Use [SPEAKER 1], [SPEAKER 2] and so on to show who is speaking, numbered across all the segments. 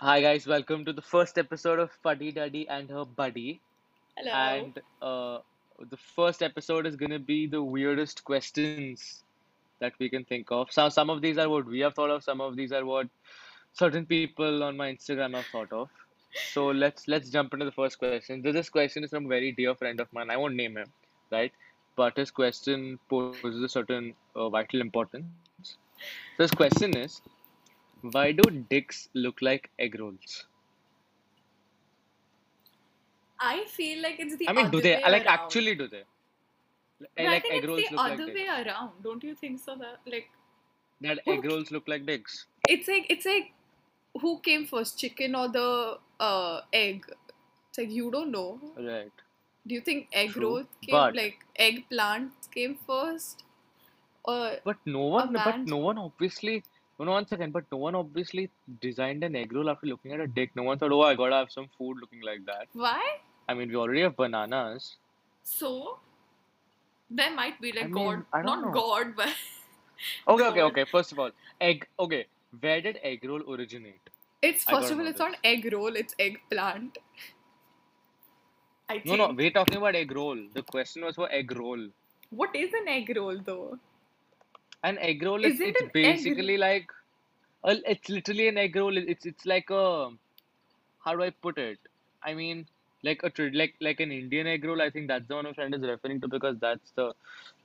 [SPEAKER 1] Hi guys, welcome to the first episode of Fuddy Duddy and her buddy.
[SPEAKER 2] Hello.
[SPEAKER 1] And uh, the first episode is gonna be the weirdest questions that we can think of. Some some of these are what we have thought of. Some of these are what certain people on my Instagram have thought of. So let's let's jump into the first question. This this question is from a very dear friend of mine. I won't name him, right? But his question poses a certain uh, vital importance. So his question is, why do dicks look like egg rolls?
[SPEAKER 2] I feel like it's the
[SPEAKER 1] I mean, do
[SPEAKER 2] other
[SPEAKER 1] they
[SPEAKER 2] way
[SPEAKER 1] like
[SPEAKER 2] around.
[SPEAKER 1] actually do they?
[SPEAKER 2] No,
[SPEAKER 1] Like
[SPEAKER 2] I
[SPEAKER 1] like
[SPEAKER 2] think
[SPEAKER 1] egg
[SPEAKER 2] it's
[SPEAKER 1] rolls
[SPEAKER 2] the
[SPEAKER 1] look like
[SPEAKER 2] other way
[SPEAKER 1] dicks.
[SPEAKER 2] around. Don't you think so? That like
[SPEAKER 1] That
[SPEAKER 2] who?
[SPEAKER 1] egg
[SPEAKER 2] c-
[SPEAKER 1] rolls look like dicks.
[SPEAKER 2] It's like it's like who came first, chicken or the uh, egg? It's like you don't know.
[SPEAKER 1] Right.
[SPEAKER 2] Do you think egg
[SPEAKER 1] True.
[SPEAKER 2] rolls came
[SPEAKER 1] But
[SPEAKER 2] like eggplant came first Uh, or
[SPEAKER 1] but no
[SPEAKER 2] a
[SPEAKER 1] one but
[SPEAKER 2] man's?
[SPEAKER 1] no one obviously no one second, but no one obviously designed an egg roll after looking at a dick. No one thought, oh I gotta have some food looking like that.
[SPEAKER 2] Why?
[SPEAKER 1] I mean we already have bananas.
[SPEAKER 2] So there might be
[SPEAKER 1] I
[SPEAKER 2] like
[SPEAKER 1] mean,
[SPEAKER 2] God,
[SPEAKER 1] I don't
[SPEAKER 2] not
[SPEAKER 1] know.
[SPEAKER 2] God, but
[SPEAKER 1] Okay, okay,
[SPEAKER 2] God.
[SPEAKER 1] okay. First of all, egg okay. Where did egg roll originate?
[SPEAKER 2] It's
[SPEAKER 1] I
[SPEAKER 2] first
[SPEAKER 1] gotta
[SPEAKER 2] of all,
[SPEAKER 1] know
[SPEAKER 2] it's not
[SPEAKER 1] this.
[SPEAKER 2] egg roll. It's eggplant. I
[SPEAKER 1] No, no,
[SPEAKER 2] think.
[SPEAKER 1] we're talking about egg roll. The question was for egg roll.
[SPEAKER 2] What is an egg roll though?
[SPEAKER 1] An egg roll is
[SPEAKER 2] Isn't
[SPEAKER 1] it's
[SPEAKER 2] an egg?
[SPEAKER 1] basically like a, it's literally an egg roll. It's it's like a how do I put it? I mean like a trad- like like an Indian egg roll. I think that's the one my friend is referring to because that's the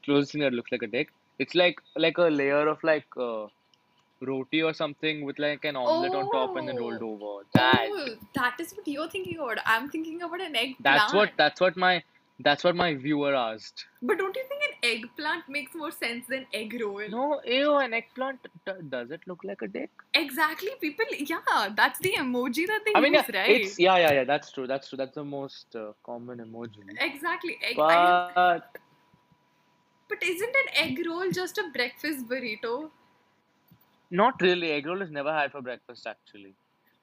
[SPEAKER 1] closest thing that looks like a dick. It's like like a layer of like uh, roti or something with like an omelet on top and then rolled
[SPEAKER 2] Oh,
[SPEAKER 1] over. That
[SPEAKER 2] oh, that is what you're thinking about. I'm thinking about an
[SPEAKER 1] that's what
[SPEAKER 2] eggplant.
[SPEAKER 1] that's what my that's what my viewer asked.
[SPEAKER 2] But don't you think an eggplant makes more sense than egg roll?
[SPEAKER 1] No, ew, an eggplant d- does it look like a dick?
[SPEAKER 2] Exactly, people. Yeah, that's the emoji that they
[SPEAKER 1] I mean, yeah,
[SPEAKER 2] use, right?
[SPEAKER 1] it's yeah, yeah, yeah. That's true. That's true. That's the most uh, common emoji.
[SPEAKER 2] Exactly, egg. I don't.
[SPEAKER 1] But
[SPEAKER 2] But isn't an egg roll just a breakfast burrito?
[SPEAKER 1] not really. Egg roll is never had for breakfast. Actually,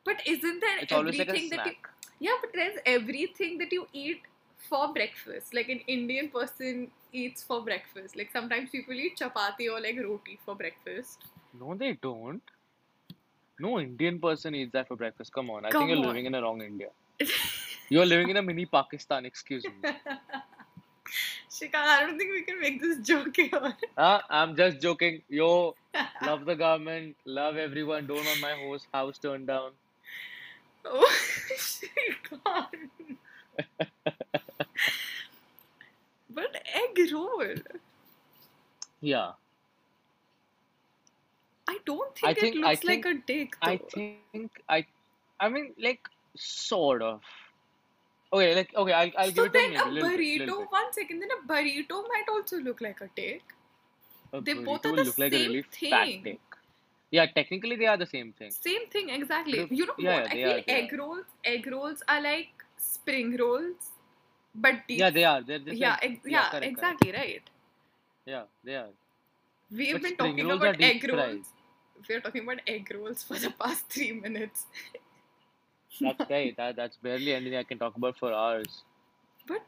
[SPEAKER 2] But isn't there
[SPEAKER 1] it's always like a
[SPEAKER 2] everything that you.
[SPEAKER 1] snack.
[SPEAKER 2] Yeah, but there's everything that you eat for breakfast. Like an Indian person eats for breakfast. Like sometimes people eat chapati or like roti for breakfast.
[SPEAKER 1] No, they don't. No Indian person eats that for breakfast. Come on, I think
[SPEAKER 2] Come
[SPEAKER 1] you're
[SPEAKER 2] on.
[SPEAKER 1] living in a wrong India. You're living in a mini Pakistan. Excuse me.
[SPEAKER 2] Shikha, I don't think we can make this joke here.
[SPEAKER 1] Ah, I'm just joking. Yo, love the government, love everyone. Don't want my host house turned down.
[SPEAKER 2] oh, Shikha. But egg roll.
[SPEAKER 1] Yeah,
[SPEAKER 2] I don't
[SPEAKER 1] I
[SPEAKER 2] think it
[SPEAKER 1] think I
[SPEAKER 2] looks like
[SPEAKER 1] think
[SPEAKER 2] a dick
[SPEAKER 1] I
[SPEAKER 2] though.
[SPEAKER 1] think I. I mean, like sort of. Okay, like okay, I'll I'll
[SPEAKER 2] So
[SPEAKER 1] give it to
[SPEAKER 2] then
[SPEAKER 1] maybe
[SPEAKER 2] a
[SPEAKER 1] little bit, little
[SPEAKER 2] burrito,
[SPEAKER 1] bit.
[SPEAKER 2] one second, then a burrito might also look like a dick.
[SPEAKER 1] A
[SPEAKER 2] They both
[SPEAKER 1] burrito
[SPEAKER 2] are
[SPEAKER 1] will
[SPEAKER 2] the
[SPEAKER 1] look like a
[SPEAKER 2] same
[SPEAKER 1] really fat
[SPEAKER 2] thing.
[SPEAKER 1] dick. Yeah, technically they are the same thing.
[SPEAKER 2] Same thing, exactly.
[SPEAKER 1] Because
[SPEAKER 2] You know
[SPEAKER 1] yeah,
[SPEAKER 2] what?
[SPEAKER 1] yeah,
[SPEAKER 2] I
[SPEAKER 1] they
[SPEAKER 2] feel
[SPEAKER 1] are, they
[SPEAKER 2] egg
[SPEAKER 1] are.
[SPEAKER 2] rolls, egg rolls are like spring rolls, but
[SPEAKER 1] Yeah,
[SPEAKER 2] deep.
[SPEAKER 1] they are. They're just
[SPEAKER 2] Yeah,
[SPEAKER 1] like
[SPEAKER 2] ex-
[SPEAKER 1] yeah,
[SPEAKER 2] yeah,
[SPEAKER 1] correct, correct.
[SPEAKER 2] exactly right.
[SPEAKER 1] Yeah, they are.
[SPEAKER 2] We've
[SPEAKER 1] But
[SPEAKER 2] been
[SPEAKER 1] spring
[SPEAKER 2] talking
[SPEAKER 1] rolls are
[SPEAKER 2] about
[SPEAKER 1] deep
[SPEAKER 2] egg
[SPEAKER 1] fried.
[SPEAKER 2] rolls. We're talking about egg rolls for the past three minutes.
[SPEAKER 1] That's right. That that's barely anything I can talk about for hours.
[SPEAKER 2] But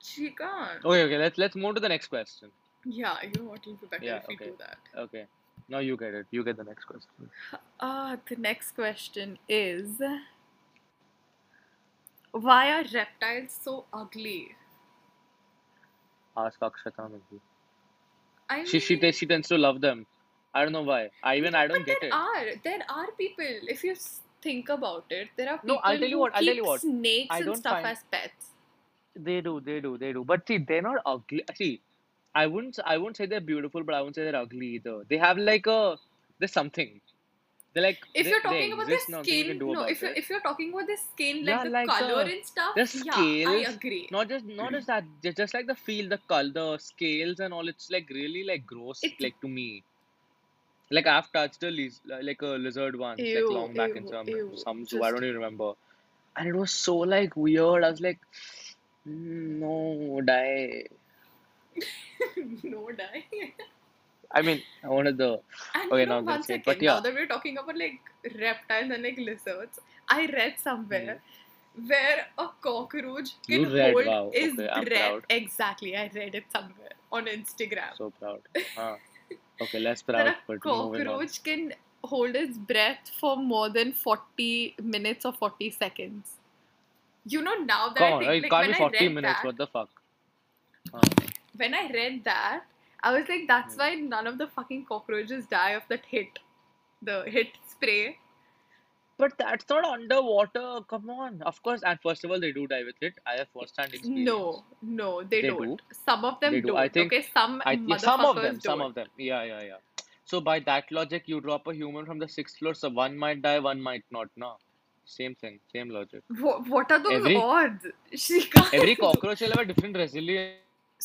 [SPEAKER 2] Chica,
[SPEAKER 1] Okay, okay. Let's let's move to the next question.
[SPEAKER 2] yeah, you know what? It'll be better
[SPEAKER 1] Yeah.
[SPEAKER 2] if we
[SPEAKER 1] Okay.
[SPEAKER 2] do that.
[SPEAKER 1] Okay. Now you get it. You get the next question.
[SPEAKER 2] Ah, the next question is why are reptiles so ugly?
[SPEAKER 1] Ask Akshata Mehta.
[SPEAKER 2] I
[SPEAKER 1] She she
[SPEAKER 2] mean,
[SPEAKER 1] te- she tends to love them. I don't know why. I even
[SPEAKER 2] No,
[SPEAKER 1] I
[SPEAKER 2] but
[SPEAKER 1] don't get
[SPEAKER 2] there
[SPEAKER 1] it.
[SPEAKER 2] are there are people. If you s- think about it, there are
[SPEAKER 1] No, I'll
[SPEAKER 2] people
[SPEAKER 1] tell you
[SPEAKER 2] who
[SPEAKER 1] what. I'll tell you
[SPEAKER 2] keep
[SPEAKER 1] what.
[SPEAKER 2] snakes
[SPEAKER 1] I
[SPEAKER 2] and
[SPEAKER 1] don't
[SPEAKER 2] stuff
[SPEAKER 1] find
[SPEAKER 2] as pets.
[SPEAKER 1] They do, they do, they do. But see, they're not ugly. See, I wouldn't, I wouldn't say they're beautiful, but I wouldn't say they're ugly either. They have like a, there's something. They're like
[SPEAKER 2] If
[SPEAKER 1] they
[SPEAKER 2] you're
[SPEAKER 1] they
[SPEAKER 2] talking about their
[SPEAKER 1] exist. Nothing you can
[SPEAKER 2] skin,
[SPEAKER 1] do
[SPEAKER 2] no.
[SPEAKER 1] about
[SPEAKER 2] If you're
[SPEAKER 1] it.
[SPEAKER 2] if you're talking about their skin, like
[SPEAKER 1] Yeah,
[SPEAKER 2] the
[SPEAKER 1] like
[SPEAKER 2] color
[SPEAKER 1] the
[SPEAKER 2] and stuff,
[SPEAKER 1] the
[SPEAKER 2] yeah, I
[SPEAKER 1] scales.
[SPEAKER 2] agree.
[SPEAKER 1] Not just not just that. Just, just like the feel, the color, the scales and all. It's like really like gross.
[SPEAKER 2] It's
[SPEAKER 1] Like to me, like I've touched a liz like a lizard once, like
[SPEAKER 2] ew,
[SPEAKER 1] long back in
[SPEAKER 2] ew,
[SPEAKER 1] some
[SPEAKER 2] ew.
[SPEAKER 1] some zoo. I
[SPEAKER 2] Just
[SPEAKER 1] don't even remember. And it was so like weird. I was like, "Mm, no, die.
[SPEAKER 2] no die.
[SPEAKER 1] I mean, one of the.
[SPEAKER 2] And you
[SPEAKER 1] Okay, not
[SPEAKER 2] know,
[SPEAKER 1] gonna
[SPEAKER 2] one
[SPEAKER 1] say it, but
[SPEAKER 2] second. Now
[SPEAKER 1] yeah.
[SPEAKER 2] that we're talking about like reptiles and like lizards, I read
[SPEAKER 1] Hmm.
[SPEAKER 2] somewhere where a cockroach
[SPEAKER 1] You
[SPEAKER 2] can
[SPEAKER 1] read,
[SPEAKER 2] hold
[SPEAKER 1] wow.
[SPEAKER 2] its
[SPEAKER 1] Okay, I'm
[SPEAKER 2] breath.
[SPEAKER 1] proud.
[SPEAKER 2] Exactly, I read it somewhere on Instagram
[SPEAKER 1] So proud. Huh. Ah. Okay, less
[SPEAKER 2] that
[SPEAKER 1] proud,
[SPEAKER 2] a
[SPEAKER 1] but moving on.
[SPEAKER 2] cockroach can hold its breath for more than 40 minutes or 40 seconds. You know, now that
[SPEAKER 1] Come
[SPEAKER 2] I
[SPEAKER 1] on,
[SPEAKER 2] think,
[SPEAKER 1] it
[SPEAKER 2] like,
[SPEAKER 1] can't
[SPEAKER 2] when
[SPEAKER 1] be
[SPEAKER 2] I
[SPEAKER 1] 40
[SPEAKER 2] read
[SPEAKER 1] minutes.
[SPEAKER 2] that,
[SPEAKER 1] What the fuck?
[SPEAKER 2] when I read that, I was like, that's
[SPEAKER 1] Hmm.
[SPEAKER 2] why none of the fucking cockroaches die of that hit, the hit spray.
[SPEAKER 1] But that's not underwater. Come on. Of course, and first of all, they do die with it. I have first-hand experience.
[SPEAKER 2] No, no, they,
[SPEAKER 1] They
[SPEAKER 2] don't. Some of them
[SPEAKER 1] They do.
[SPEAKER 2] don't.
[SPEAKER 1] I think-
[SPEAKER 2] okay, some
[SPEAKER 1] I yeah,
[SPEAKER 2] motherfuckers
[SPEAKER 1] some of them,
[SPEAKER 2] don't.
[SPEAKER 1] some of them. Yeah, yeah, yeah. So by that logic, you drop a human from the sixth floor, so one might die, one might not. No, same thing, same logic.
[SPEAKER 2] What, what are those
[SPEAKER 1] Every-
[SPEAKER 2] odds? She can't.
[SPEAKER 1] Every cockroach will have a different resilience,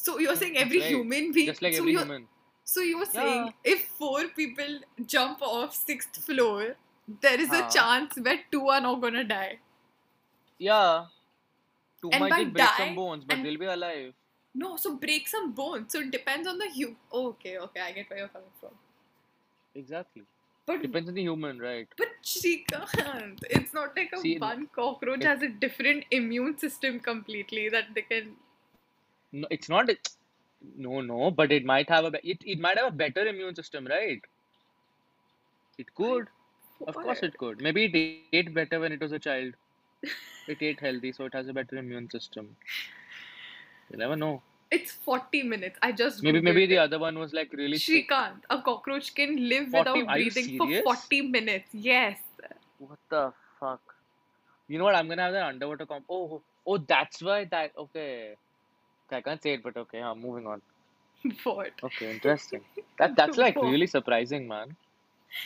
[SPEAKER 2] So you're saying every
[SPEAKER 1] Right.
[SPEAKER 2] human being.
[SPEAKER 1] just like
[SPEAKER 2] so
[SPEAKER 1] every
[SPEAKER 2] you're,
[SPEAKER 1] human.
[SPEAKER 2] So you were saying if four people jump off sixth floor, there is
[SPEAKER 1] Huh.
[SPEAKER 2] a chance where two are not gonna die.
[SPEAKER 1] Yeah. Two
[SPEAKER 2] And
[SPEAKER 1] might
[SPEAKER 2] by
[SPEAKER 1] just break some
[SPEAKER 2] die-
[SPEAKER 1] bones, but
[SPEAKER 2] and-
[SPEAKER 1] they'll be alive.
[SPEAKER 2] No, so break some bones. So it depends on the hu. Oh, okay, okay, I get where you're coming from.
[SPEAKER 1] Exactly.
[SPEAKER 2] But
[SPEAKER 1] Depends on the human, right?
[SPEAKER 2] but she can't. It's not like a
[SPEAKER 1] See,
[SPEAKER 2] one cockroach
[SPEAKER 1] it-
[SPEAKER 2] has a different immune system completely that they can.
[SPEAKER 1] No, it's not. No, no, but it might have a be- it, it might have a better immune system, right? It could. Of course it could. Maybe it ate better when it was a child. It ate healthy, so it has a better immune system. You never know.
[SPEAKER 2] It's forty minutes. I just
[SPEAKER 1] Maybe maybe
[SPEAKER 2] Googled
[SPEAKER 1] the
[SPEAKER 2] it.
[SPEAKER 1] other one was like really
[SPEAKER 2] She
[SPEAKER 1] thick.
[SPEAKER 2] can't. A cockroach can live
[SPEAKER 1] 40
[SPEAKER 2] without
[SPEAKER 1] are you
[SPEAKER 2] breathing for
[SPEAKER 1] serious?
[SPEAKER 2] forty minutes. Yes.
[SPEAKER 1] What the fuck? You know what? I'm gonna have that underwater comp. Oh, oh, that's why that. Okay, I can't say it, but okay. I'm moving on.
[SPEAKER 2] What?
[SPEAKER 1] Okay, interesting. That that's like
[SPEAKER 2] What?
[SPEAKER 1] really surprising, man.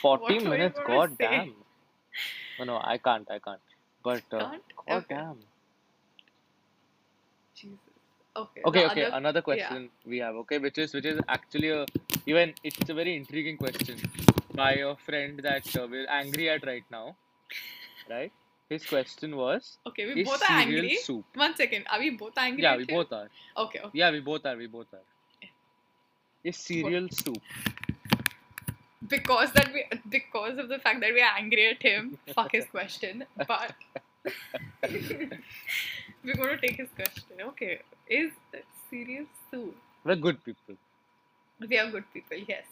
[SPEAKER 1] 40
[SPEAKER 2] What were you
[SPEAKER 1] minutes,
[SPEAKER 2] gonna
[SPEAKER 1] god
[SPEAKER 2] say?
[SPEAKER 1] damn. No, no, I can't, I can't. But uh,
[SPEAKER 2] Can't?
[SPEAKER 1] god
[SPEAKER 2] Okay.
[SPEAKER 1] damn.
[SPEAKER 2] Jesus. Okay.
[SPEAKER 1] Okay,
[SPEAKER 2] the
[SPEAKER 1] okay, uh,
[SPEAKER 2] other-
[SPEAKER 1] another question we have, okay, which is which is actually a even it's a very intriguing question by a friend that uh, we're angry at right now, right? His question was,
[SPEAKER 2] okay, we
[SPEAKER 1] is
[SPEAKER 2] both are
[SPEAKER 1] cereal
[SPEAKER 2] angry.
[SPEAKER 1] soup?
[SPEAKER 2] One second. Are we both angry?
[SPEAKER 1] Yeah,
[SPEAKER 2] at
[SPEAKER 1] we
[SPEAKER 2] him?
[SPEAKER 1] both are.
[SPEAKER 2] Okay. okay.
[SPEAKER 1] Yeah, we both are. We both are. Is cereal soup?
[SPEAKER 2] Because that we because of the fact that we are angry at him. fuck his question. But we're going to take his question. Okay. Is that serious soup?
[SPEAKER 1] We're good people,
[SPEAKER 2] We are good people. Yes.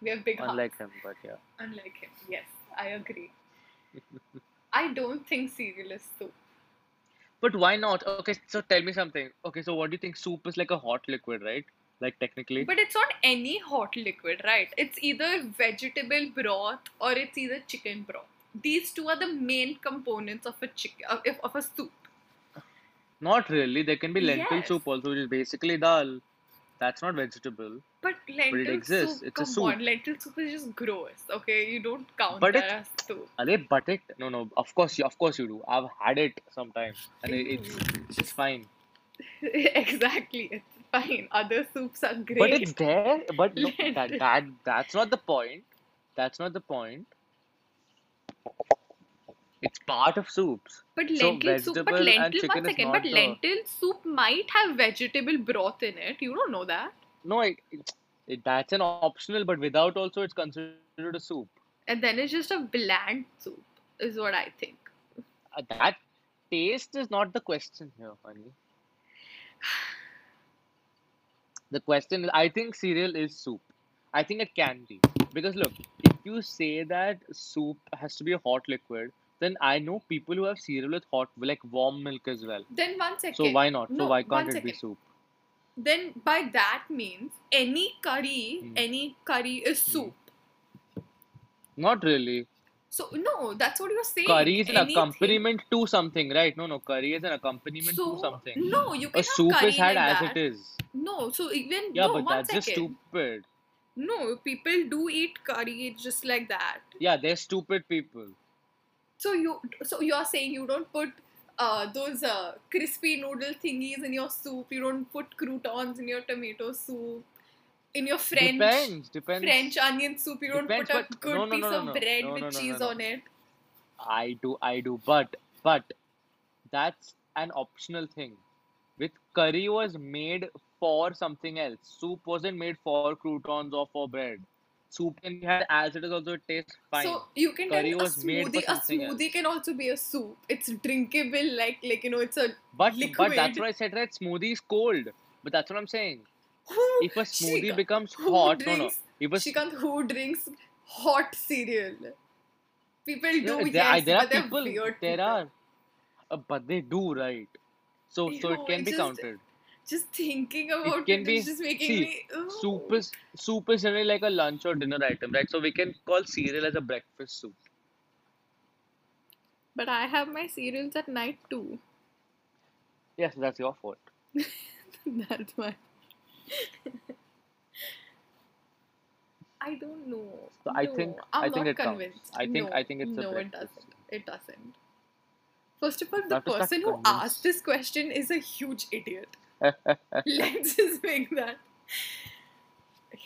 [SPEAKER 2] We have big hearts.
[SPEAKER 1] unlike him, but yeah.
[SPEAKER 2] Unlike him. Yes, I agree. I don't think cereal is soup.
[SPEAKER 1] But why not? Okay, so tell me something. Okay, so what do you think? Soup is like a hot liquid, right? Like technically.
[SPEAKER 2] But it's not any hot liquid, right? It's either vegetable broth or it's either chicken broth. These two are the main components of a chicken of, of a soup.
[SPEAKER 1] Not really. There can be lentil
[SPEAKER 2] Yes.
[SPEAKER 1] soup also, which is basically dal. That's not vegetable.
[SPEAKER 2] But lentil
[SPEAKER 1] exists.
[SPEAKER 2] soup,
[SPEAKER 1] It's a
[SPEAKER 2] come
[SPEAKER 1] soup.
[SPEAKER 2] on, lentil soup is just gross. Okay, you don't count
[SPEAKER 1] But
[SPEAKER 2] that as soup.
[SPEAKER 1] Are but it no no of course you of course you do. I've had it sometimes and it, it's it's fine.
[SPEAKER 2] exactly, it's fine. Other soups are great.
[SPEAKER 1] But it's there. But no, that,
[SPEAKER 2] Lentil.
[SPEAKER 1] that that's not the point. That's not the point. It's part of soups.
[SPEAKER 2] But
[SPEAKER 1] So
[SPEAKER 2] lentil soup, but
[SPEAKER 1] vegetable and
[SPEAKER 2] lentil
[SPEAKER 1] chicken
[SPEAKER 2] one
[SPEAKER 1] is
[SPEAKER 2] second, but
[SPEAKER 1] not the-
[SPEAKER 2] lentil soup might have vegetable broth in it. You don't know that,
[SPEAKER 1] No, it, it, it that's an optional, but without also it's considered a soup.
[SPEAKER 2] and then it's just a bland soup, is what I think.
[SPEAKER 1] Uh, that taste is not the question here, honey. The question is, I think cereal is soup. I think it can be. Because look, if you say that soup has to be a hot liquid, then I know people who have cereal with hot, like warm milk as well.
[SPEAKER 2] Then one second.
[SPEAKER 1] So why not?
[SPEAKER 2] No,
[SPEAKER 1] so why
[SPEAKER 2] one
[SPEAKER 1] can't it be
[SPEAKER 2] second.
[SPEAKER 1] soup?
[SPEAKER 2] Then by that means any curry,
[SPEAKER 1] Mm.
[SPEAKER 2] any curry is
[SPEAKER 1] Mm.
[SPEAKER 2] soup.
[SPEAKER 1] Not really.
[SPEAKER 2] So no, that's what you're saying.
[SPEAKER 1] Curry is an
[SPEAKER 2] Anything-
[SPEAKER 1] accompaniment to something, right? No, no. Curry is an accompaniment
[SPEAKER 2] So
[SPEAKER 1] to something.
[SPEAKER 2] no, you can
[SPEAKER 1] A
[SPEAKER 2] have
[SPEAKER 1] soup
[SPEAKER 2] curry
[SPEAKER 1] is had
[SPEAKER 2] like
[SPEAKER 1] as
[SPEAKER 2] that.
[SPEAKER 1] it is.
[SPEAKER 2] No, so even
[SPEAKER 1] Yeah,
[SPEAKER 2] no,
[SPEAKER 1] but
[SPEAKER 2] one
[SPEAKER 1] that's just
[SPEAKER 2] second.
[SPEAKER 1] stupid.
[SPEAKER 2] No, people do eat curry just like that.
[SPEAKER 1] Yeah, they're stupid people.
[SPEAKER 2] So you so you're saying you don't put uh, those uh, crispy noodle thingies in your soup. You don't put croutons in your tomato soup. In your French
[SPEAKER 1] Depends, depends.
[SPEAKER 2] French onion soup, you don't
[SPEAKER 1] Depends,
[SPEAKER 2] put a
[SPEAKER 1] but-
[SPEAKER 2] good
[SPEAKER 1] no, no,
[SPEAKER 2] piece
[SPEAKER 1] no, no,
[SPEAKER 2] of
[SPEAKER 1] no.
[SPEAKER 2] bread
[SPEAKER 1] No,
[SPEAKER 2] with
[SPEAKER 1] no, no, no,
[SPEAKER 2] cheese
[SPEAKER 1] no.
[SPEAKER 2] on it.
[SPEAKER 1] I do, I do, but but that's an optional thing. With curry was made for something else. Soup wasn't made for croutons or for bread. Soup can be had as it is. Also, it tastes fine.
[SPEAKER 2] So you can
[SPEAKER 1] Curry
[SPEAKER 2] tell a
[SPEAKER 1] was made for
[SPEAKER 2] smoothie. A
[SPEAKER 1] something
[SPEAKER 2] smoothie can also be a soup. It's drinkable, like like you know, it's a
[SPEAKER 1] but but that's
[SPEAKER 2] liquid.
[SPEAKER 1] what I said. Right, smoothie is cold. But that's what I'm saying.
[SPEAKER 2] who
[SPEAKER 1] If a smoothie
[SPEAKER 2] Shika,
[SPEAKER 1] becomes
[SPEAKER 2] who
[SPEAKER 1] hot, no, no.
[SPEAKER 2] drinks?
[SPEAKER 1] If a s-
[SPEAKER 2] Shikant, who drinks hot cereal. People do,
[SPEAKER 1] Yeah,
[SPEAKER 2] yes,
[SPEAKER 1] there, I- there
[SPEAKER 2] but
[SPEAKER 1] are
[SPEAKER 2] they're
[SPEAKER 1] people.
[SPEAKER 2] weird
[SPEAKER 1] there
[SPEAKER 2] people.
[SPEAKER 1] are, uh, but they do right. So
[SPEAKER 2] You
[SPEAKER 1] so
[SPEAKER 2] know,
[SPEAKER 1] it can
[SPEAKER 2] it
[SPEAKER 1] be
[SPEAKER 2] just-
[SPEAKER 1] counted.
[SPEAKER 2] Just thinking about it,
[SPEAKER 1] can be-
[SPEAKER 2] is just making
[SPEAKER 1] see,
[SPEAKER 2] me. oh. Ugh.
[SPEAKER 1] Soup is soup is generally like a lunch or dinner item, right? So we can call cereal as a breakfast soup.
[SPEAKER 2] But I have my cereals at night too.
[SPEAKER 1] Yes, that's your fault.
[SPEAKER 2] That's why. I don't know.
[SPEAKER 1] So I
[SPEAKER 2] No,
[SPEAKER 1] think-
[SPEAKER 2] I'm
[SPEAKER 1] I think
[SPEAKER 2] not
[SPEAKER 1] it counts.
[SPEAKER 2] convinced.
[SPEAKER 1] I think-
[SPEAKER 2] No,
[SPEAKER 1] I think it's a
[SPEAKER 2] no, it
[SPEAKER 1] breakfast.
[SPEAKER 2] doesn't. It doesn't. First of all,
[SPEAKER 1] I
[SPEAKER 2] the
[SPEAKER 1] have to start
[SPEAKER 2] person who
[SPEAKER 1] convinced.
[SPEAKER 2] asked this question is a huge idiot. Let's just make that.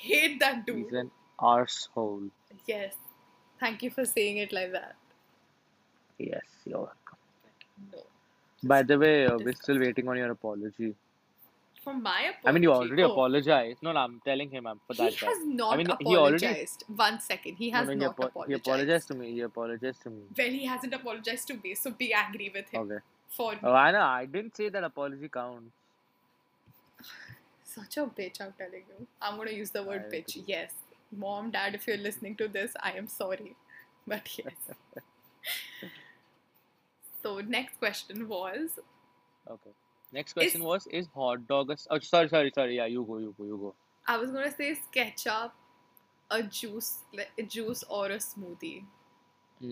[SPEAKER 2] Hate that dude.
[SPEAKER 1] He's an arsehole.
[SPEAKER 2] Yes. Thank you for saying it like that.
[SPEAKER 1] Yes, you're welcome.
[SPEAKER 2] No.
[SPEAKER 1] By the way, uh, we're
[SPEAKER 2] disgusting.
[SPEAKER 1] still waiting on your apology.
[SPEAKER 2] For my apology.
[SPEAKER 1] I mean, you already
[SPEAKER 2] Oh,
[SPEAKER 1] apologized. No, no, I'm telling him I'm for
[SPEAKER 2] He
[SPEAKER 1] that. guy.
[SPEAKER 2] has not
[SPEAKER 1] mean, he already-
[SPEAKER 2] apologized. One second. He
[SPEAKER 1] No,
[SPEAKER 2] has
[SPEAKER 1] no, he
[SPEAKER 2] not
[SPEAKER 1] apo- He apologized to me. He apologized to me.
[SPEAKER 2] Well, he hasn't apologized to me, so be angry with him
[SPEAKER 1] Okay.
[SPEAKER 2] for
[SPEAKER 1] Oh, I know. I didn't say that apology counts.
[SPEAKER 2] such a bitch. I'm telling you, I'm gonna use the word
[SPEAKER 1] I
[SPEAKER 2] bitch.
[SPEAKER 1] agree.
[SPEAKER 2] Yes, mom, dad, if you're listening to this, I am sorry, but yes. so next question was
[SPEAKER 1] Okay. Next question was: Is hot dog a? s- Oh, sorry, sorry, sorry. Yeah, you go, you go, you go.
[SPEAKER 2] I was gonna say is ketchup, a juice, like a juice or a smoothie,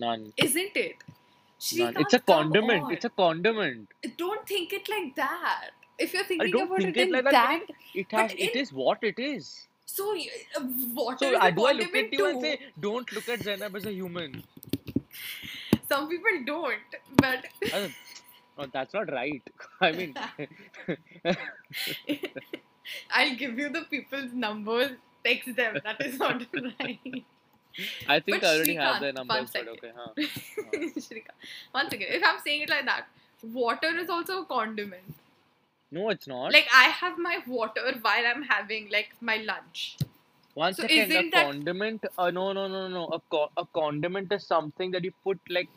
[SPEAKER 1] None.
[SPEAKER 2] isn't it?
[SPEAKER 1] None. It's
[SPEAKER 2] Shrikant,
[SPEAKER 1] a
[SPEAKER 2] come
[SPEAKER 1] condiment.
[SPEAKER 2] on.
[SPEAKER 1] It's a condiment.
[SPEAKER 2] Don't think it like that. If you're thinking
[SPEAKER 1] don't
[SPEAKER 2] about
[SPEAKER 1] think
[SPEAKER 2] it
[SPEAKER 1] it
[SPEAKER 2] in
[SPEAKER 1] like
[SPEAKER 2] that,
[SPEAKER 1] that. It
[SPEAKER 2] But
[SPEAKER 1] has. It
[SPEAKER 2] in-
[SPEAKER 1] is what it is.
[SPEAKER 2] so y- uh, water
[SPEAKER 1] So
[SPEAKER 2] is a
[SPEAKER 1] I do I look
[SPEAKER 2] condiment
[SPEAKER 1] at you and
[SPEAKER 2] too.
[SPEAKER 1] say, don't look at Zainab as a human.
[SPEAKER 2] Some people don't, but
[SPEAKER 1] Uh, no, that's not right. I mean,
[SPEAKER 2] I'll give you the people's numbers. Text them. That is not right.
[SPEAKER 1] I think
[SPEAKER 2] But
[SPEAKER 1] I already have their
[SPEAKER 2] Shrikant, one
[SPEAKER 1] numbers. But
[SPEAKER 2] second.
[SPEAKER 1] okay, huh?
[SPEAKER 2] Shrika. Once again, if I'm saying it like that, water is also a condiment.
[SPEAKER 1] No, it's not.
[SPEAKER 2] Like I have my water while I'm having like my lunch.
[SPEAKER 1] One
[SPEAKER 2] So
[SPEAKER 1] second,
[SPEAKER 2] isn't
[SPEAKER 1] a
[SPEAKER 2] that-
[SPEAKER 1] condiment? Uh, no, no, no, no. A co- a condiment is something that you put like,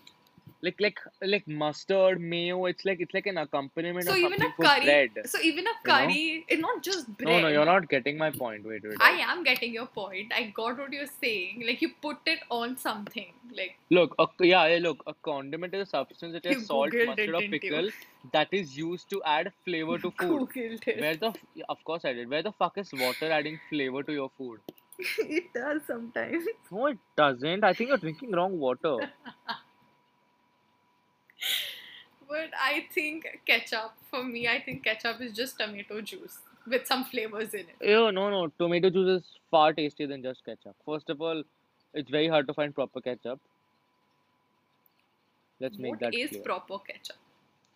[SPEAKER 1] like, like, like mustard, mayo. It's like it's like an accompaniment
[SPEAKER 2] So
[SPEAKER 1] of
[SPEAKER 2] even
[SPEAKER 1] something
[SPEAKER 2] a
[SPEAKER 1] for
[SPEAKER 2] curry.
[SPEAKER 1] bread.
[SPEAKER 2] So even a
[SPEAKER 1] You know?
[SPEAKER 2] curry, it's not just bread.
[SPEAKER 1] No, no, you're not getting my point. Wait, wait. wait.
[SPEAKER 2] I am getting your point. I got what you're saying. Like you put it on something. Like
[SPEAKER 1] Look, a, yeah, yeah, look. A condiment is a substance that
[SPEAKER 2] You
[SPEAKER 1] has salt,
[SPEAKER 2] Googled it,
[SPEAKER 1] mustard, or
[SPEAKER 2] didn't you?
[SPEAKER 1] pickle that is used to add flavor to food.
[SPEAKER 2] Googled it.
[SPEAKER 1] Where the f- yeah, of course I did. Where the fuck is water adding flavor to your food?
[SPEAKER 2] it does sometimes.
[SPEAKER 1] No, it doesn't. I think you're drinking wrong water.
[SPEAKER 2] But I think ketchup, for me, I think ketchup is just tomato juice with some flavors in it.
[SPEAKER 1] Ew, no, no. Tomato juice is far tastier than just ketchup. First of all, it's very hard to find proper ketchup. Let's make
[SPEAKER 2] What
[SPEAKER 1] that
[SPEAKER 2] is
[SPEAKER 1] clear.
[SPEAKER 2] proper ketchup?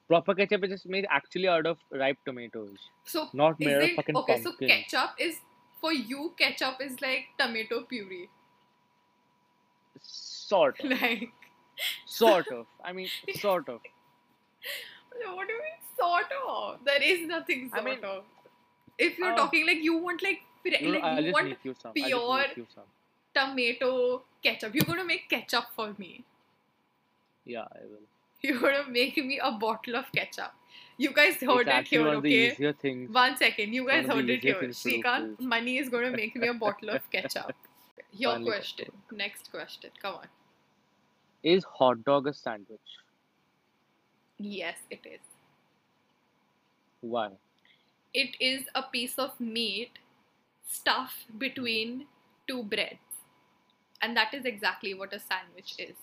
[SPEAKER 1] proper ketchup is just made actually out of ripe tomatoes,
[SPEAKER 2] So
[SPEAKER 1] not
[SPEAKER 2] is
[SPEAKER 1] made out of
[SPEAKER 2] it
[SPEAKER 1] fucking
[SPEAKER 2] okay?
[SPEAKER 1] pumpkin.
[SPEAKER 2] So ketchup is for you. Ketchup is like tomato puree.
[SPEAKER 1] Sort of.
[SPEAKER 2] Like
[SPEAKER 1] sort of. I mean, sort of.
[SPEAKER 2] what do you mean? Sort of. There is nothing
[SPEAKER 1] I
[SPEAKER 2] sort
[SPEAKER 1] mean-
[SPEAKER 2] of. If you're
[SPEAKER 1] Uh,
[SPEAKER 2] talking like you want like, fre-
[SPEAKER 1] No, no,
[SPEAKER 2] like
[SPEAKER 1] I'll
[SPEAKER 2] you
[SPEAKER 1] just
[SPEAKER 2] want
[SPEAKER 1] make you some. I'll just make
[SPEAKER 2] pure-
[SPEAKER 1] you some.
[SPEAKER 2] tomato ketchup, you're gonna make ketchup for me.
[SPEAKER 1] Yeah, I will.
[SPEAKER 2] You're gonna make me a bottle of ketchup. You guys heard
[SPEAKER 1] it's
[SPEAKER 2] it
[SPEAKER 1] actually
[SPEAKER 2] here,
[SPEAKER 1] one of the
[SPEAKER 2] okay?
[SPEAKER 1] easier things.
[SPEAKER 2] One second, you guys
[SPEAKER 1] One of
[SPEAKER 2] heard
[SPEAKER 1] the
[SPEAKER 2] it here.
[SPEAKER 1] easiest things to
[SPEAKER 2] Shrikant,
[SPEAKER 1] do.
[SPEAKER 2] money is going to make me a bottle of ketchup. Your
[SPEAKER 1] Finally got
[SPEAKER 2] question. Next question. Come on.
[SPEAKER 1] Is hot dog a sandwich?
[SPEAKER 2] Yes, it is.
[SPEAKER 1] Why?
[SPEAKER 2] It is a piece of meat stuffed between two breads. And that is exactly what a sandwich is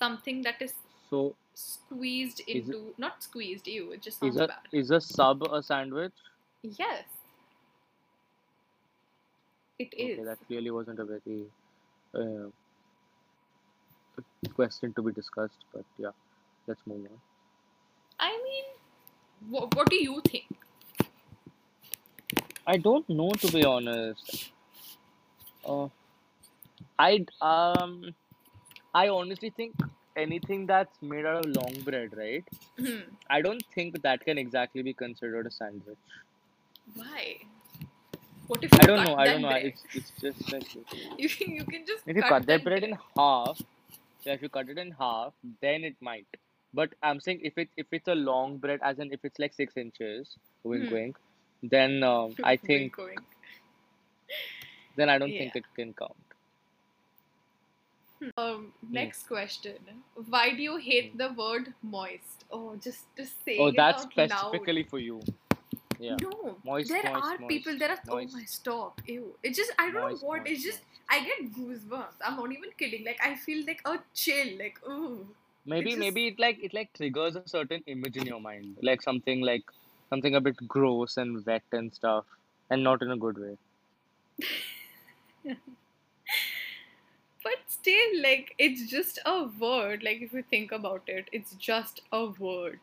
[SPEAKER 2] something that is
[SPEAKER 1] So
[SPEAKER 2] squeezed
[SPEAKER 1] it-
[SPEAKER 2] into, not squeezed, ew, it just sounds
[SPEAKER 1] is a
[SPEAKER 2] bad.
[SPEAKER 1] is a sub a sandwich?
[SPEAKER 2] Yes. It is.
[SPEAKER 1] Okay, that clearly wasn't a very uh, question to be discussed, but yeah, let's move on.
[SPEAKER 2] I mean, wha what do you think?
[SPEAKER 1] I don't know to be honest. Uh, I um, I honestly think anything that's made out of long bread, right?
[SPEAKER 2] Hmm.
[SPEAKER 1] I don't think that can exactly be considered a sandwich.
[SPEAKER 2] Why? What if you
[SPEAKER 1] I don't
[SPEAKER 2] cut
[SPEAKER 1] know. I
[SPEAKER 2] that
[SPEAKER 1] don't know. I-
[SPEAKER 2] bread?
[SPEAKER 1] It's it's just like
[SPEAKER 2] You can you can just
[SPEAKER 1] if you
[SPEAKER 2] cut
[SPEAKER 1] cut that bread in half. Yeah, if you cut it in half, then it might. But I'm saying if it if it's a long bread, as in if it's like six inches, wink
[SPEAKER 2] Hmm.
[SPEAKER 1] wink, then um, I think
[SPEAKER 2] Wink, wink.
[SPEAKER 1] then I don't
[SPEAKER 2] Yeah.
[SPEAKER 1] think it can count.
[SPEAKER 2] Um,
[SPEAKER 1] Hmm.
[SPEAKER 2] next question. Why do you hate the word moist? Oh, just just say
[SPEAKER 1] Oh,
[SPEAKER 2] it
[SPEAKER 1] that's
[SPEAKER 2] out
[SPEAKER 1] specifically for you. Yeah.
[SPEAKER 2] Loud. No,
[SPEAKER 1] Moist,
[SPEAKER 2] there
[SPEAKER 1] moist,
[SPEAKER 2] are
[SPEAKER 1] moist,
[SPEAKER 2] people. There are.
[SPEAKER 1] moist.
[SPEAKER 2] Oh my, stop! Ew. It's just I don't
[SPEAKER 1] Moist,
[SPEAKER 2] know what.
[SPEAKER 1] moist,
[SPEAKER 2] it's just
[SPEAKER 1] moist.
[SPEAKER 2] I get goosebumps. I'm not even kidding. Like I feel like a chill. Like ooh.
[SPEAKER 1] maybe
[SPEAKER 2] just-
[SPEAKER 1] maybe it like it like triggers a certain image in your mind, like something like something a bit gross and wet and stuff, and not in a good way.
[SPEAKER 2] But still, like it's just a word. Like if you think about it, it's just a word.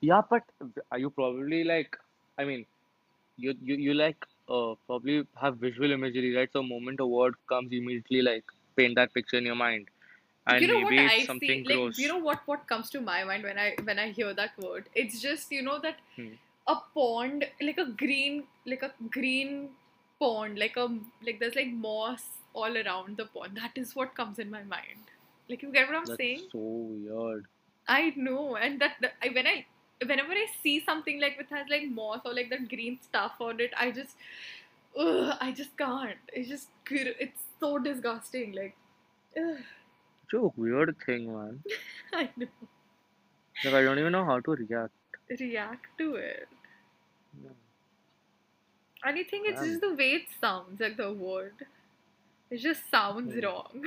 [SPEAKER 1] Yeah, but v- are you probably like, I mean, you you you like uh probably have visual imagery, right? So moment a word comes, you immediately like paint that picture in your mind, and
[SPEAKER 2] you know what
[SPEAKER 1] maybe it's
[SPEAKER 2] I
[SPEAKER 1] something
[SPEAKER 2] see? Like
[SPEAKER 1] gross.
[SPEAKER 2] you know what what comes to my mind when I when I hear that word? It's just you know that
[SPEAKER 1] Hmm.
[SPEAKER 2] a pond, like a green, like a green pond, like a like there's like moss all around the pond. That is what comes in my mind. Like you get what I'm
[SPEAKER 1] That's
[SPEAKER 2] saying?
[SPEAKER 1] so weird.
[SPEAKER 2] I know, and that, that I, when I whenever I see something like with has like moss or like that green stuff on it, I just ugh, I just can't. It's just gr- it's so disgusting. Like ugh,
[SPEAKER 1] Such a weird thing, man.
[SPEAKER 2] I know.
[SPEAKER 1] Like I don't even know how to react.
[SPEAKER 2] react to it.
[SPEAKER 1] Yeah.
[SPEAKER 2] And I think it's
[SPEAKER 1] Yeah.
[SPEAKER 2] just the way it sounds, like the word. It just sounds
[SPEAKER 1] Hmm.
[SPEAKER 2] wrong.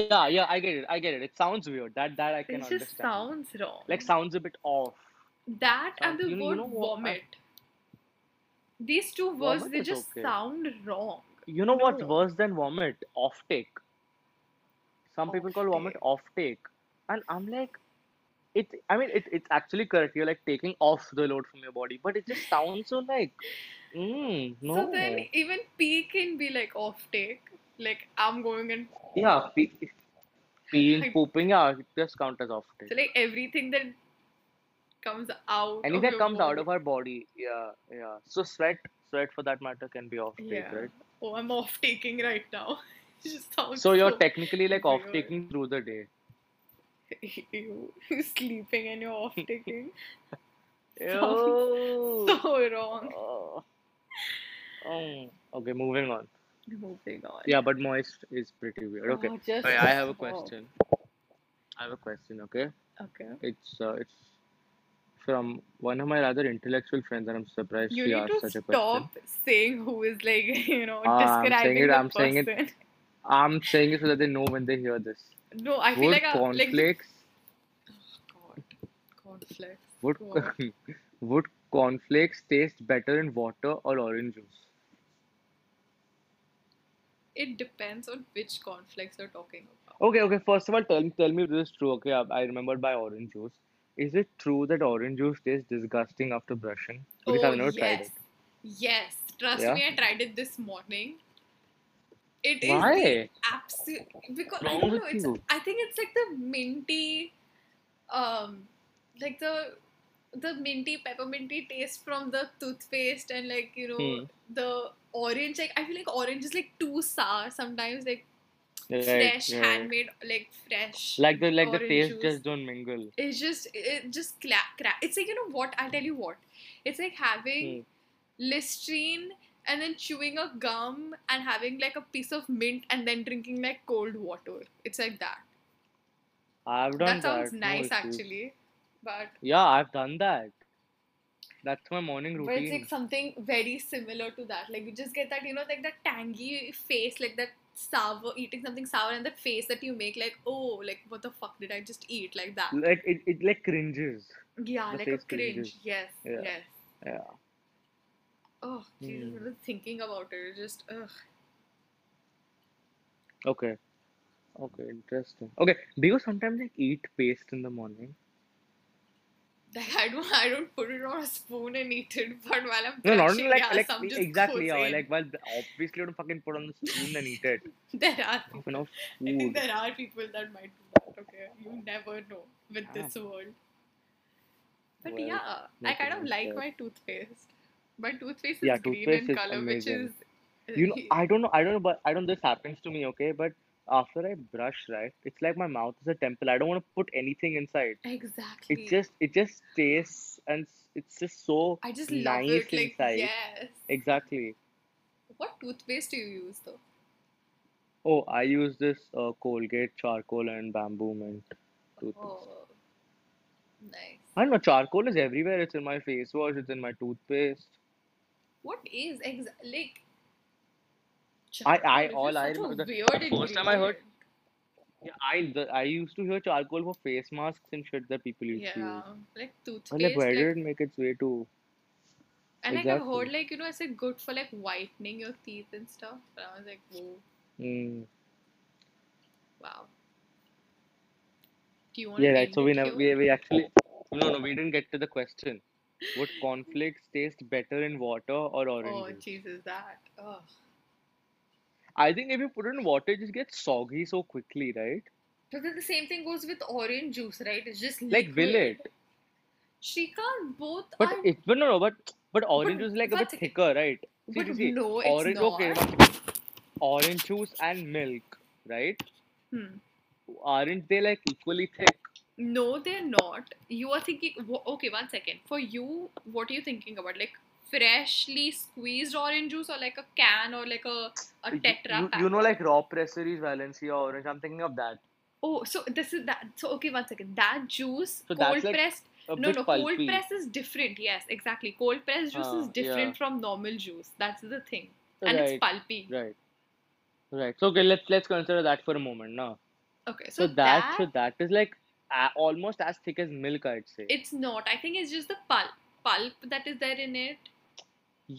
[SPEAKER 1] Yeah, yeah, I get it. I get it. It sounds weird. That that I
[SPEAKER 2] It
[SPEAKER 1] can
[SPEAKER 2] just
[SPEAKER 1] understand.
[SPEAKER 2] sounds wrong.
[SPEAKER 1] Like sounds a bit off.
[SPEAKER 2] that and
[SPEAKER 1] sound-
[SPEAKER 2] the
[SPEAKER 1] you know- you
[SPEAKER 2] word
[SPEAKER 1] know what, I-
[SPEAKER 2] vomit. These two words
[SPEAKER 1] Vomit
[SPEAKER 2] they
[SPEAKER 1] is
[SPEAKER 2] just
[SPEAKER 1] okay.
[SPEAKER 2] sound wrong.
[SPEAKER 1] You know what's
[SPEAKER 2] No.
[SPEAKER 1] worse than vomit? Offtake. Some people call vomit offtake. And I'm like, it, I mean, it, it's actually correct. You're like taking off the load from your body, but it just sounds so like, mm,
[SPEAKER 2] So then
[SPEAKER 1] no.
[SPEAKER 2] even pee can be like off take. Like I'm going and
[SPEAKER 1] Yeah, pee, peeing,
[SPEAKER 2] I-
[SPEAKER 1] pooping, yeah, it just counts as offtake.
[SPEAKER 2] so like everything that comes out.
[SPEAKER 1] Anything
[SPEAKER 2] of
[SPEAKER 1] that
[SPEAKER 2] your
[SPEAKER 1] comes out
[SPEAKER 2] body-
[SPEAKER 1] of our body, yeah, yeah. So sweat, sweat for that matter can be offtake,
[SPEAKER 2] yeah.
[SPEAKER 1] right?
[SPEAKER 2] Oh, I'm off taking right now. it just sounds
[SPEAKER 1] So you're technically like
[SPEAKER 2] weird.
[SPEAKER 1] off-taking through the day.
[SPEAKER 2] you you sleeping and you're off taking
[SPEAKER 1] Ew.
[SPEAKER 2] so wrong
[SPEAKER 1] Oh. Oh. Okay, moving on.
[SPEAKER 2] moving on
[SPEAKER 1] Yeah, but moist is pretty weird. Okay.
[SPEAKER 2] Oh, just
[SPEAKER 1] Okay, I have a
[SPEAKER 2] stop.
[SPEAKER 1] question. I have a question, okay?
[SPEAKER 2] okay
[SPEAKER 1] It's uh, it's from one of my rather intellectual friends, and I'm surprised
[SPEAKER 2] you
[SPEAKER 1] she
[SPEAKER 2] need
[SPEAKER 1] asked
[SPEAKER 2] to
[SPEAKER 1] such a question.
[SPEAKER 2] stop saying who is like you know
[SPEAKER 1] Ah, I'm saying it,
[SPEAKER 2] describing the
[SPEAKER 1] I'm saying it.
[SPEAKER 2] person
[SPEAKER 1] I'm saying it so that they know when they hear this.
[SPEAKER 2] no I feel
[SPEAKER 1] Would
[SPEAKER 2] like I like the-
[SPEAKER 1] cornflakes
[SPEAKER 2] God, conflicts
[SPEAKER 1] would
[SPEAKER 2] God.
[SPEAKER 1] would cornflakes taste better in water or orange juice?
[SPEAKER 2] it depends on which conflicts you're talking about
[SPEAKER 1] Okay, okay. First of all, tell me, tell me if this is true. Okay, I, I remembered by orange juice. Is it true that orange juice tastes disgusting after brushing? Because
[SPEAKER 2] oh
[SPEAKER 1] I've never
[SPEAKER 2] yes
[SPEAKER 1] tried it.
[SPEAKER 2] yes trust
[SPEAKER 1] Yeah?
[SPEAKER 2] me I tried it this morning It is
[SPEAKER 1] Why?
[SPEAKER 2] the absolute because I
[SPEAKER 1] Wrong
[SPEAKER 2] don't
[SPEAKER 1] with
[SPEAKER 2] know. It's
[SPEAKER 1] you?
[SPEAKER 2] I think it's like the minty, um, like the the minty pepperminty taste from the toothpaste and like you know
[SPEAKER 1] Hmm.
[SPEAKER 2] the orange. Like I feel like orange is like too sour sometimes. Like
[SPEAKER 1] Right,
[SPEAKER 2] fresh,
[SPEAKER 1] right.
[SPEAKER 2] handmade, like fresh.
[SPEAKER 1] Like the like the
[SPEAKER 2] orange
[SPEAKER 1] taste
[SPEAKER 2] juice.
[SPEAKER 1] just don't mingle.
[SPEAKER 2] It's just it just cla- cra- It's like you know what I'll tell you what. It's like
[SPEAKER 1] Hmm.
[SPEAKER 2] having Listerine and then chewing a gum and having like a piece of mint and then drinking like cold water. It's like that.
[SPEAKER 1] I've done
[SPEAKER 2] that sounds
[SPEAKER 1] no
[SPEAKER 2] nice
[SPEAKER 1] issues.
[SPEAKER 2] actually, but
[SPEAKER 1] Yeah, I've done that. That's my morning
[SPEAKER 2] but it's
[SPEAKER 1] routine.
[SPEAKER 2] like something very similar to that. Like you just get that you know like that tangy face like that sour eating something sour and that face that you make like oh like what the fuck did I just eat like that.
[SPEAKER 1] Like it, it like cringes.
[SPEAKER 2] Yeah,
[SPEAKER 1] Mm. The
[SPEAKER 2] like a
[SPEAKER 1] face cringes.
[SPEAKER 2] cringe. Yes,
[SPEAKER 1] Yeah.
[SPEAKER 2] yes.
[SPEAKER 1] Yeah.
[SPEAKER 2] Oh, Jesus,
[SPEAKER 1] Hmm.
[SPEAKER 2] I'm just thinking about it. It's Just ugh.
[SPEAKER 1] Okay. Okay, interesting. Okay, do you sometimes like eat paste in the morning?
[SPEAKER 2] Like I don't, I don't put it on a spoon and eat it. But while I'm
[SPEAKER 1] No, not
[SPEAKER 2] brushing,
[SPEAKER 1] like
[SPEAKER 2] yeah,
[SPEAKER 1] like
[SPEAKER 2] some just
[SPEAKER 1] exactly.
[SPEAKER 2] goes
[SPEAKER 1] Yeah,
[SPEAKER 2] in.
[SPEAKER 1] like well, obviously you don't fucking put on the spoon and eat it.
[SPEAKER 2] there are,
[SPEAKER 1] You know,
[SPEAKER 2] I think
[SPEAKER 1] food.
[SPEAKER 2] there are people that might do that. Okay, you never know with
[SPEAKER 1] Yeah.
[SPEAKER 2] this world.
[SPEAKER 1] Ah.
[SPEAKER 2] But
[SPEAKER 1] Well,
[SPEAKER 2] yeah, I
[SPEAKER 1] nothing
[SPEAKER 2] kind of
[SPEAKER 1] is
[SPEAKER 2] like
[SPEAKER 1] there.
[SPEAKER 2] my toothpaste. My toothpaste is
[SPEAKER 1] Yeah,
[SPEAKER 2] green
[SPEAKER 1] toothpaste
[SPEAKER 2] in
[SPEAKER 1] is
[SPEAKER 2] color,
[SPEAKER 1] amazing.
[SPEAKER 2] which is uh,
[SPEAKER 1] You know, I don't know, I don't know, but I don't. This happens to me, okay? But after I brush, right, it's like my mouth is a temple. I don't want to put anything inside.
[SPEAKER 2] exactly.
[SPEAKER 1] It just, it just tastes, and s- it's just so
[SPEAKER 2] I just love
[SPEAKER 1] nice
[SPEAKER 2] it. Like
[SPEAKER 1] inside.
[SPEAKER 2] yes.
[SPEAKER 1] Exactly.
[SPEAKER 2] What toothpaste do you use though?
[SPEAKER 1] Oh, I use this uh, Colgate charcoal and bamboo mint toothpaste.
[SPEAKER 2] Oh, nice.
[SPEAKER 1] I don't know, charcoal is everywhere. It's in my face wash, it's in my toothpaste.
[SPEAKER 2] What is exa- like?
[SPEAKER 1] I- I-
[SPEAKER 2] charcoal
[SPEAKER 1] all
[SPEAKER 2] is just
[SPEAKER 1] I
[SPEAKER 2] such a
[SPEAKER 1] remember- the
[SPEAKER 2] weird
[SPEAKER 1] first time I heard-
[SPEAKER 2] ingredient.
[SPEAKER 1] Yeah, I the, I used to hear charcoal for face masks and shit that people used to
[SPEAKER 2] Yeah,
[SPEAKER 1] use.
[SPEAKER 2] like
[SPEAKER 1] I'm
[SPEAKER 2] toothpaste.
[SPEAKER 1] like, where
[SPEAKER 2] like-
[SPEAKER 1] did it make its way to?
[SPEAKER 2] and like I've heard,
[SPEAKER 1] Exactly.
[SPEAKER 2] like you know, it's like good for like whitening your teeth and stuff. But I was like, whoa,
[SPEAKER 1] Mm.
[SPEAKER 2] wow. Do you want?
[SPEAKER 1] Yeah,
[SPEAKER 2] to
[SPEAKER 1] right. So
[SPEAKER 2] end
[SPEAKER 1] we
[SPEAKER 2] it
[SPEAKER 1] never,
[SPEAKER 2] here?
[SPEAKER 1] we, we actually, no, no, we didn't get to the question. Would cornflakes taste better in water or
[SPEAKER 2] Oh
[SPEAKER 1] oranges?
[SPEAKER 2] Jesus, that. Oh.
[SPEAKER 1] I think if you put it in water, it just gets soggy so quickly, right?
[SPEAKER 2] But then the same thing goes with orange juice, right? It's just
[SPEAKER 1] Like, will
[SPEAKER 2] liquid.
[SPEAKER 1] it?
[SPEAKER 2] Shrikant, both
[SPEAKER 1] But
[SPEAKER 2] are.
[SPEAKER 1] it, but no, no, but but orange juice is like a
[SPEAKER 2] one
[SPEAKER 1] bit
[SPEAKER 2] second.
[SPEAKER 1] thicker, right? See,
[SPEAKER 2] but
[SPEAKER 1] see, see.
[SPEAKER 2] no, it's
[SPEAKER 1] Orange,
[SPEAKER 2] not.
[SPEAKER 1] okay, one second. Orange juice and milk, right?
[SPEAKER 2] Hmm.
[SPEAKER 1] Aren't they like equally thick?
[SPEAKER 2] No, they're not. You are thinking. wha- Okay, one second. For you, what are you thinking about? Like freshly squeezed orange juice, or like a can, or like a a
[SPEAKER 1] You,
[SPEAKER 2] tetra
[SPEAKER 1] you,
[SPEAKER 2] pack.
[SPEAKER 1] you know, like raw presseries, Valencia orange. I'm thinking of that.
[SPEAKER 2] Oh, so this is that. So okay, one second. That juice,
[SPEAKER 1] So that's
[SPEAKER 2] cold
[SPEAKER 1] like
[SPEAKER 2] pressed.
[SPEAKER 1] A
[SPEAKER 2] No,
[SPEAKER 1] bit
[SPEAKER 2] no, cold
[SPEAKER 1] pulpy.
[SPEAKER 2] press is different. Yes, exactly. Cold pressed juice is
[SPEAKER 1] Ah,
[SPEAKER 2] different
[SPEAKER 1] yeah.
[SPEAKER 2] from normal juice. That's the thing, and it's
[SPEAKER 1] Right,
[SPEAKER 2] pulpy.
[SPEAKER 1] right, right. So okay, let's let's consider that for a moment now.
[SPEAKER 2] Okay,
[SPEAKER 1] So
[SPEAKER 2] so
[SPEAKER 1] that so
[SPEAKER 2] that
[SPEAKER 1] that is like a almost as thick as milk, I'd say.
[SPEAKER 2] it's not. I think it's just the pulp pulp that is there in it.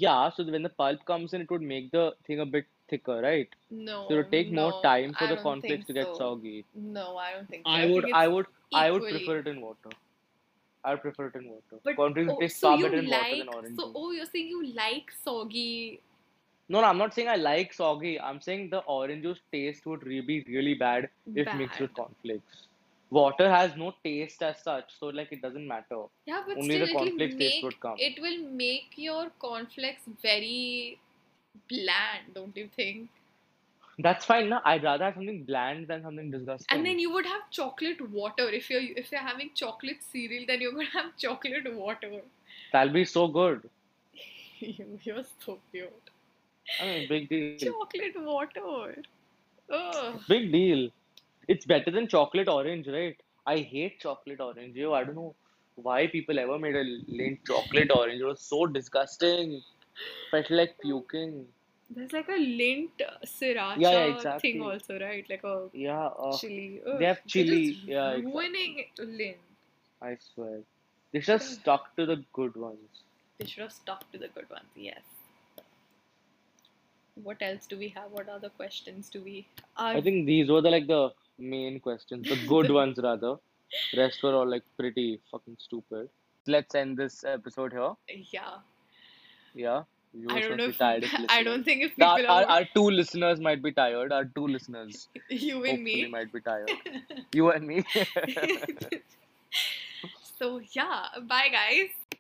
[SPEAKER 1] Yeah. So when the pulp comes in, it would make the thing a bit thicker, right?
[SPEAKER 2] No,
[SPEAKER 1] So it would take more
[SPEAKER 2] Oh, no,
[SPEAKER 1] time for
[SPEAKER 2] I
[SPEAKER 1] the
[SPEAKER 2] don't think
[SPEAKER 1] cornflakes to get
[SPEAKER 2] so.
[SPEAKER 1] soggy.
[SPEAKER 2] No, I don't think so.
[SPEAKER 1] I would,
[SPEAKER 2] think
[SPEAKER 1] I
[SPEAKER 2] it's
[SPEAKER 1] would, I would
[SPEAKER 2] equally.
[SPEAKER 1] prefer it in water. I would prefer it in water.
[SPEAKER 2] But
[SPEAKER 1] Cornflakes
[SPEAKER 2] oh,
[SPEAKER 1] taste
[SPEAKER 2] so
[SPEAKER 1] far
[SPEAKER 2] you
[SPEAKER 1] better in water than
[SPEAKER 2] like
[SPEAKER 1] orange
[SPEAKER 2] so
[SPEAKER 1] juice.
[SPEAKER 2] oh you're saying you like soggy.
[SPEAKER 1] No, no, I'm not saying I like soggy. I'm saying the orange juice taste would re be really bad if mixed with
[SPEAKER 2] Bad.
[SPEAKER 1] cornflakes. Water has no taste as such, so like it doesn't matter.
[SPEAKER 2] Yeah, but
[SPEAKER 1] Only
[SPEAKER 2] still
[SPEAKER 1] the
[SPEAKER 2] it will
[SPEAKER 1] cornflakes taste
[SPEAKER 2] make
[SPEAKER 1] would come.
[SPEAKER 2] it will make your cornflakes very bland, don't you think?
[SPEAKER 1] That's fine, na? I'd rather have something bland than something
[SPEAKER 2] And
[SPEAKER 1] disgusting.
[SPEAKER 2] then you would have chocolate water if you're if you're having chocolate cereal, then you're gonna have chocolate water.
[SPEAKER 1] That'll be so good.
[SPEAKER 2] You, you're so weird.
[SPEAKER 1] I mean, big deal.
[SPEAKER 2] Chocolate water. Ugh.
[SPEAKER 1] Big deal. It's better than chocolate orange, right? I hate chocolate orange. Yo, I don't know why people ever made a lint chocolate orange. It was so disgusting. Felt like puking.
[SPEAKER 2] There's like a lint uh, sriracha
[SPEAKER 1] exactly.
[SPEAKER 2] thing also, right? Like a
[SPEAKER 1] Yeah, uh,
[SPEAKER 2] chili. Ugh.
[SPEAKER 1] they have
[SPEAKER 2] They're
[SPEAKER 1] chili.
[SPEAKER 2] just
[SPEAKER 1] Yeah, exactly.
[SPEAKER 2] ruining it, lint.
[SPEAKER 1] I swear. They should have stuck to the good ones.
[SPEAKER 2] They should have stuck to the good ones. Yes. What else do we have? What other questions do we?
[SPEAKER 1] I
[SPEAKER 2] Are
[SPEAKER 1] think these were the like the main questions, the good ones rather. Rest were all like pretty fucking stupid. Let's end this episode here.
[SPEAKER 2] yeah.
[SPEAKER 1] Yeah, you
[SPEAKER 2] I
[SPEAKER 1] were
[SPEAKER 2] don't
[SPEAKER 1] supposed
[SPEAKER 2] know.
[SPEAKER 1] to be tired
[SPEAKER 2] If,
[SPEAKER 1] of
[SPEAKER 2] I
[SPEAKER 1] listening.
[SPEAKER 2] don't think if
[SPEAKER 1] Now,
[SPEAKER 2] people
[SPEAKER 1] our,
[SPEAKER 2] are
[SPEAKER 1] our two listeners might be tired. Our two listeners
[SPEAKER 2] you and
[SPEAKER 1] hopefully
[SPEAKER 2] me.
[SPEAKER 1] might be tired. You and me.
[SPEAKER 2] so yeah. Bye, guys.